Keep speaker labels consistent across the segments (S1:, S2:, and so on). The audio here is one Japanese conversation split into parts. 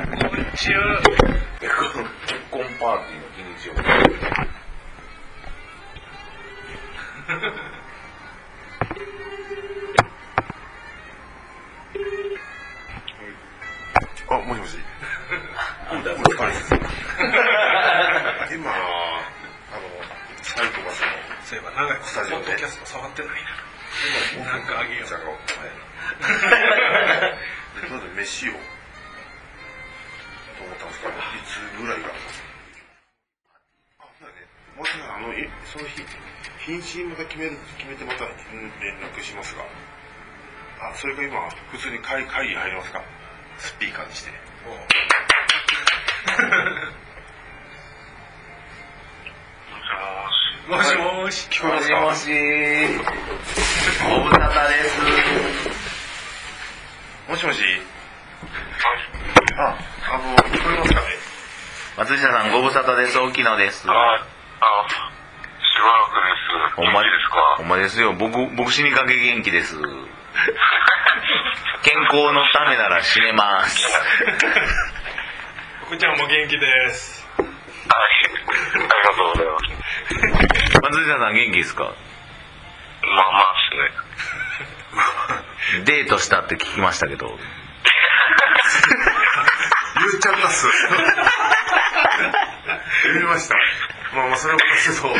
S1: 結婚パーティー
S2: 週
S1: の日にちを。
S3: あ、もしもし。今、あの、サイコパスの
S2: そういえば長いス
S3: タジオね
S2: ポッドキャスト触ってないななんかあげよう
S3: じゃがお前の。で、まず飯を、と思ったんですけど、いつぐらいから。あ、そうだね。また、あの、えその日、日にちまた決める、決めてまたうん連絡しますが。あ、それが今、普通に会会議入りますかスピーカーにして。
S2: もしもーし
S3: 聞こえますか
S4: もしもしご無沙汰です
S3: もしもし。あ、あの、聞こえますかね。
S4: 松下さんご無沙汰です沖野です
S5: あ、あ、しばらくです。
S4: ほんま
S5: 元気ですか
S4: ほんまですよ僕僕死にかけ元気です 健康のためなら死ねます
S2: 福ちゃんも元気です
S5: はい。ありがとうございます。
S4: 松下さん元気ですか
S5: まあまあですね。
S4: デートしたって聞きましたけど
S3: 言っちゃったっ す。言いました。まあまあ、それは私と、その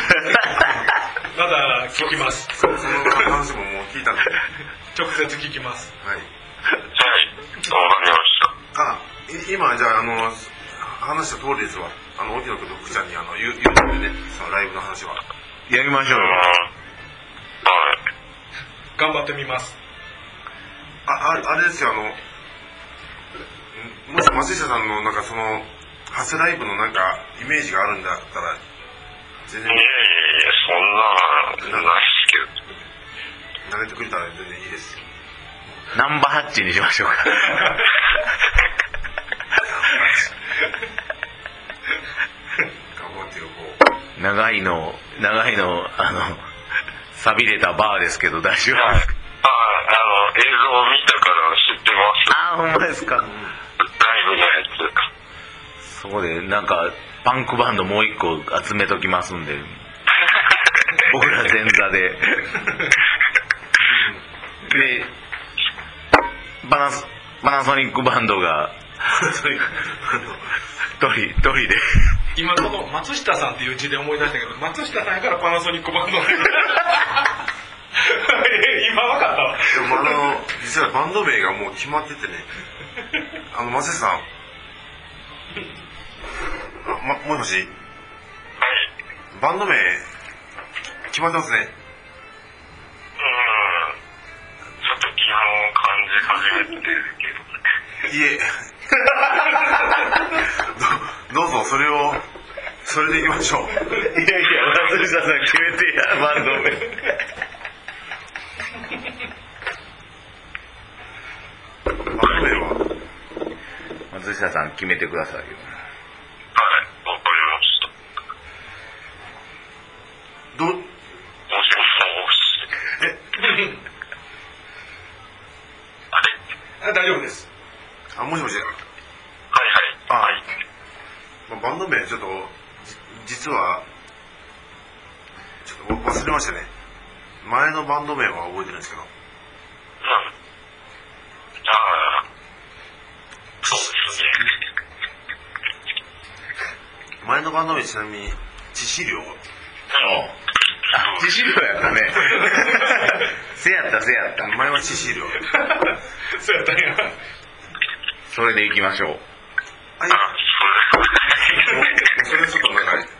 S2: まだ聞きます
S3: 話ももう聞いたので。
S2: 直接聞きます
S3: はい。
S5: はい。わかりました。
S3: あ、い今、じゃあ、あの、話した通りですわ。あの、沖野君と福ちゃんに、あの、言う、言うんでね、そのライブの話は。
S4: やりましょう
S5: うん。はい。
S2: 頑張ってみます
S3: あ、ああれですよ、あの、んもし松下さんの、なんかその、初ライブのなんか、イメージがあるんだったら、全然
S5: いやいやいや、そんな、ないっすけど。
S3: 慣れてくれたら全然いいです。
S4: ナンバーハッチにしましょうか
S3: 頑張ってよ、こう。
S4: 長いの長いのあの錆びれたバーですけど大丈夫
S5: はい
S4: ですか。
S5: あ、あの、映像を見たから知ってます。
S4: ああほんまですか
S5: ライブのやつ。
S4: そこでなんかパンクバンドもう一個集めときますんで 僕ら前座ででパナソパナソニックバンドが一人一人で
S2: 今この松下さんっていう字で思い出したけど松下さんやからパナソニックバンド今わかったわ
S3: でもあの、実はバンド名がもう決まっててね、あの、マセさん、あま、もしもし、
S5: はい。
S3: バンド名、決まってますね。
S5: うん。ちょっと疑問を感じ始めてるけど。
S3: いえ、どどうぞ、それを、それでいきましょう。
S4: いやいや松下さん決めてやバンド名
S3: バンド名は、
S4: 松下さん決めてくださいよ
S5: はい。わかりました。
S3: ど、
S5: もしもし。あれ
S2: あ大丈夫です
S3: あ、もしもし、
S5: はいはい。はい。
S3: まバンド名、ちょっと、じ実は、ちょっと僕忘れましたね。前のバンド名は覚えてるんですけど、
S5: うん。ああ。そうですね。
S3: 前のバンド名ちなみに、致死量。
S4: あ自信量やったね せやったせやった
S3: 前は致死量。
S2: そうやったんや
S4: それでいきましょう
S3: はい。
S5: あ、それ。
S3: それはちょっとなんか、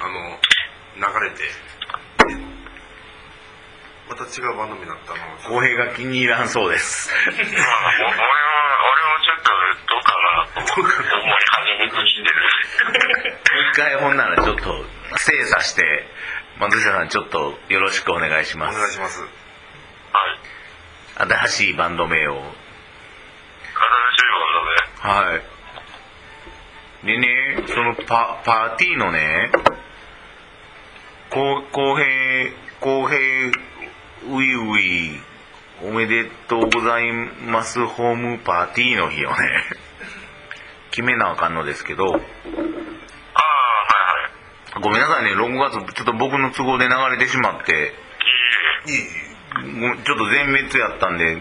S3: あの、流れて、また違うバンド名だったの。
S4: 公平が気に入らんそうです
S5: まあ、お俺は、俺もちょっと、どうかなと思い始めてきてる。
S4: 一回ほんならちょっと精査して松下さんちょっとよろしくお願いし
S3: お
S4: ます
S3: 願いします。
S5: はい。
S4: 新しいバンド名を
S5: 新しいバンドで。
S4: はいでねそのパパーティーのねこう公平公平ウイウイおめでとうございますホームパーティーの日をね決めなあかんのですけど、
S5: ああ、はいはい。
S4: ごめんなさいね、6月、ちょっと僕の都合で流れてしまって、
S5: いえいえ。
S3: いい
S4: ごめんちょっと全滅やったんで、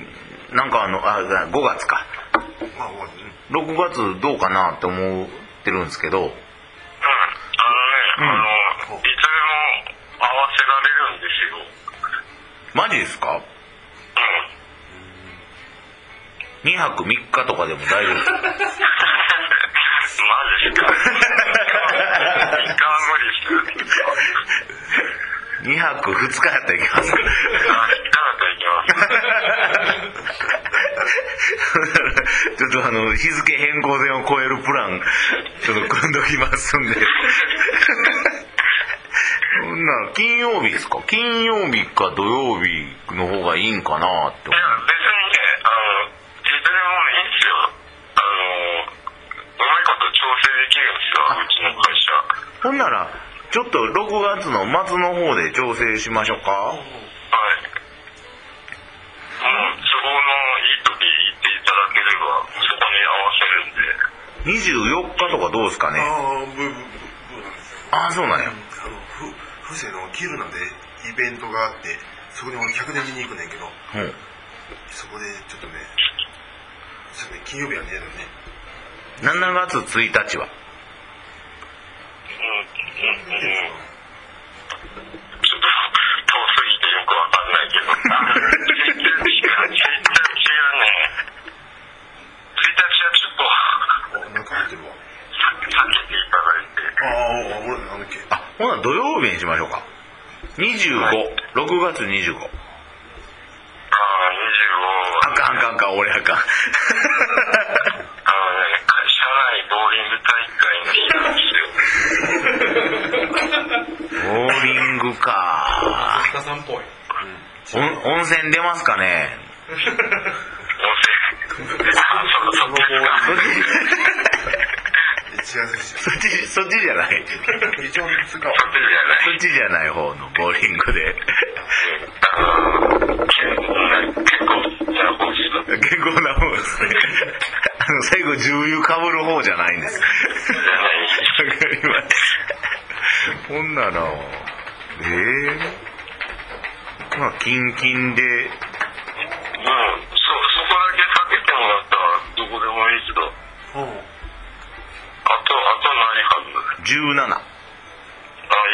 S4: なんかあの、あ、5月か。
S3: まあ終わりうん
S4: 6月どうかなって思ってるんですけど、
S5: うん。あのね、あの、いつでも合わせられるんですよ。
S4: マジですか
S5: うん。
S4: 2泊3日とかでも大丈夫ですか
S5: マジっすか。一回は無理っす。
S4: 2泊2日やったらいけます
S5: あ、一回だったらいきます。
S4: ちょっとあの日付変更線を超えるプランちょっと組んどきますんでそんな金曜日ですか金曜日か土曜日の方がいいんかなって
S5: いや、別にね、あの、いつでもいいんですよ。あの、うまいこと調整できるんですよ、うちの会社。
S4: ほんならちょっと6月の末の方で調整しましょうか
S5: はい。もう、都合のいい時言っていただければ、そこに合わせるんで。
S4: 24日とかどうですかね
S3: ああブーブーブーブーなんですよ
S4: ああそうなんや
S3: あのふ布施のキルナでイベントがあってそこに俺100年見に行くねんけど
S4: うん
S3: そこでちょっとねそうね金曜日はねえのね
S4: 7月1日は
S5: うん、うん、うん。ちょっと遠すぎてよくわかんないけど、1日が、1日がね、1日はちょっと
S3: あなんか入ってるわ
S5: 避けていただいて、
S3: あああ俺あのけ
S4: あほな土曜日にしましょうか256月25
S5: ああ、25、
S4: あかんあかんあかん俺あかん
S5: あのね、会社内ボーリング大会の日なんですよ。
S4: ボーリングか
S2: 松下さんっぽい。
S4: 温温泉出ますかね
S5: 温泉。あ、そうそうですか。
S3: 違うですよ
S4: そっちそっちじゃない
S3: 一応使
S5: そっち
S3: う
S5: じゃない。
S4: そっちじゃない方のボーリングで
S5: 結構、結構、じゃあ、こうし
S4: 健康な方ですねあの最後重油かぶる方じゃないんです
S5: じゃない。
S4: わかりましたほんならええまあキンキンで
S5: うん、そ、そこだけ避けてもらったら、どこでもいいけど、
S3: うんうん
S5: あと、あと何はずあ、
S4: 17
S5: いいっ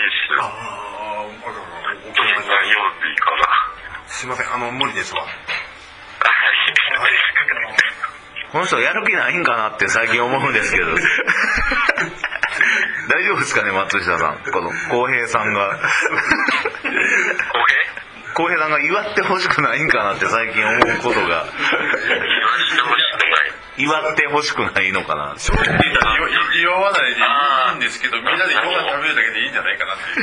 S5: すよ。
S3: あーあかんあかんおお
S5: 金曜
S3: 金が
S5: 日かな。
S3: すいませんあの無理ですわ
S4: この人やる気ないんかなって最近思うんですけど 大丈夫ですかね松下さんこの浩平さんが
S5: おへ
S4: 浩平さんが祝ってほしくないんかなって最近思うこと
S5: 言わ
S4: が
S5: してほしくない。
S4: 祝ってほしくないのかな
S1: 正直言ったら祝祝わないでいいんですけどみんなでご飯食べるだけでいいんじゃないかなって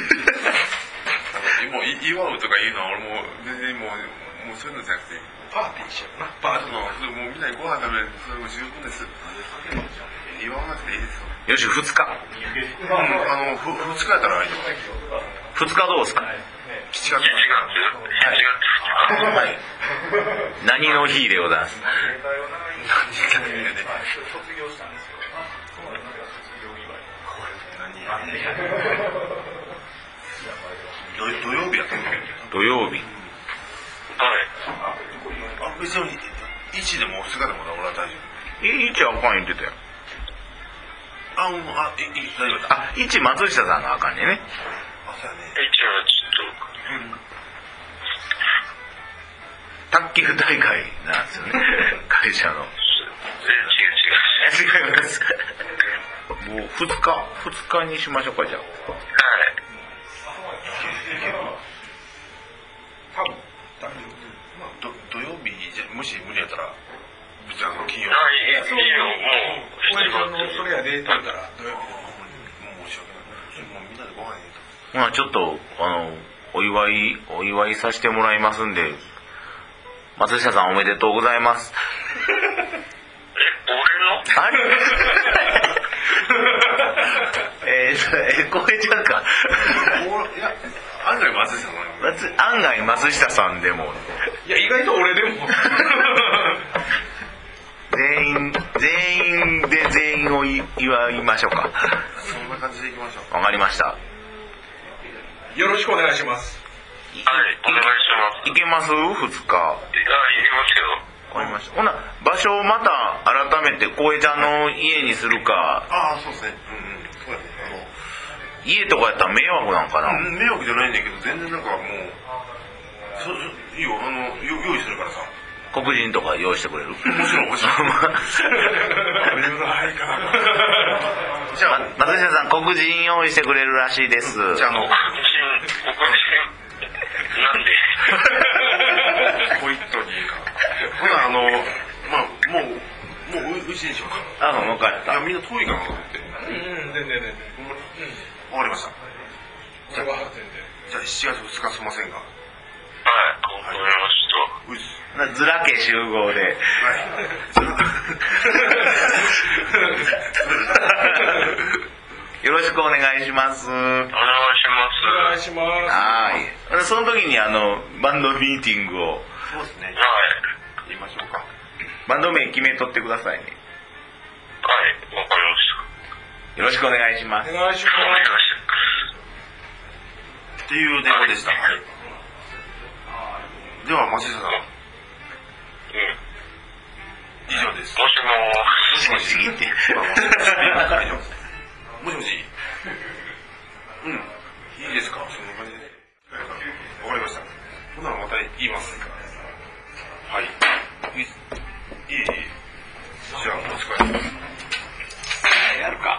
S1: いうもうい祝うとか言うのは俺もう全然もうもうそういうのじゃなくて
S2: パーティーしような。
S1: バーッともうみんなでご飯食べるそれも十分です祝わなくていいですよ
S4: よし2日
S3: あのふ二日やったら空いてます
S4: 2日どうですか
S3: 7月
S5: 7月 ?7 月2日。
S3: はい
S4: 何の日でございます
S3: 土土曜日やったの
S4: 土曜日
S5: はい。
S3: あ別に1でも2日でもな俺は大丈
S4: え一あかん言ってたよ
S3: 夫あうんあいい大丈夫だ
S4: あ一松下さんがあかんねんね
S3: あそうやね
S5: 一応ちょっと、
S4: 卓球大会なん ですよね会社の
S5: え、違う違う。
S4: 違いますもう2日2日にしましょうかじゃあ
S5: はい。
S3: まあど土曜日じゃもし無理やったら別にあの金曜
S5: あ、
S3: 日
S5: いい、いいよ、もう、
S2: 小
S5: して
S2: 林
S5: も
S2: さん
S5: らって
S2: の
S5: いい。
S2: それやで、取れたら。
S3: もう申し訳ないもうみんなでご飯に
S4: まあちょっとあのお祝いお祝いさせてもらいますんで松下さんおめでとうございます
S5: え、俺の
S4: あれ えー、えこれちゃうか
S3: いや
S1: 案外松下さんは
S4: 松案外松下さんでも
S2: いや、意外と俺でも。
S4: 全員全員で全員をい祝いましょうか
S3: そんな感じでいきましょう
S4: わかりました
S2: よろしくお願いします
S5: はい、お願いします。
S4: いけます2
S5: あ、
S4: 日
S5: いりますよ。
S4: わかりましたほな場所をまた改めて浩平ちゃんの家にするか
S3: ああそうですねうんうんそうやねあの
S4: 家とかやったら迷惑なんかな、
S3: うん迷惑じゃないんだけど全然なんかもうそそいいよあのよ用意する からさ
S4: 黒人とか用意してくれる
S3: もちろんもちろん 俺もないかなじゃあ
S4: 松下さん黒人用意してくれるらしいです
S3: じゃああの
S5: 黒人、黒人、なんで
S3: ポイットにいいかほなあのまあもうもうううちにしようか
S4: あ分かっ
S3: いやみんな遠いかなと思って
S2: うんうん全然全然
S3: ほんまにわかりました
S2: これは全然
S3: じゃあ7月2日すいませんが
S5: はい、わかりました。
S3: うち
S4: たずらけ集合で
S3: はい
S4: よろしくお願いしますは
S5: お願いしま
S2: お願い
S5: す。
S2: しま
S4: ーいその時にあのバンドミーティングを
S3: そうですね
S5: はい。
S3: 言いましょうか
S4: バンド名決めとってくださいね
S5: はい、わかりました。
S4: よろしくお願いします
S2: すお願いし
S5: お願いし
S2: ま
S5: ます。
S3: っていう電話でした、
S5: はい
S3: では松下さん
S5: うん。
S3: 以上です
S5: もしもー
S4: しすぎ
S3: も
S4: て
S3: しもしうんいいですかそんな感じでわかりましたほなまた言いますはいいいいいじゃあお疲れ
S4: やるか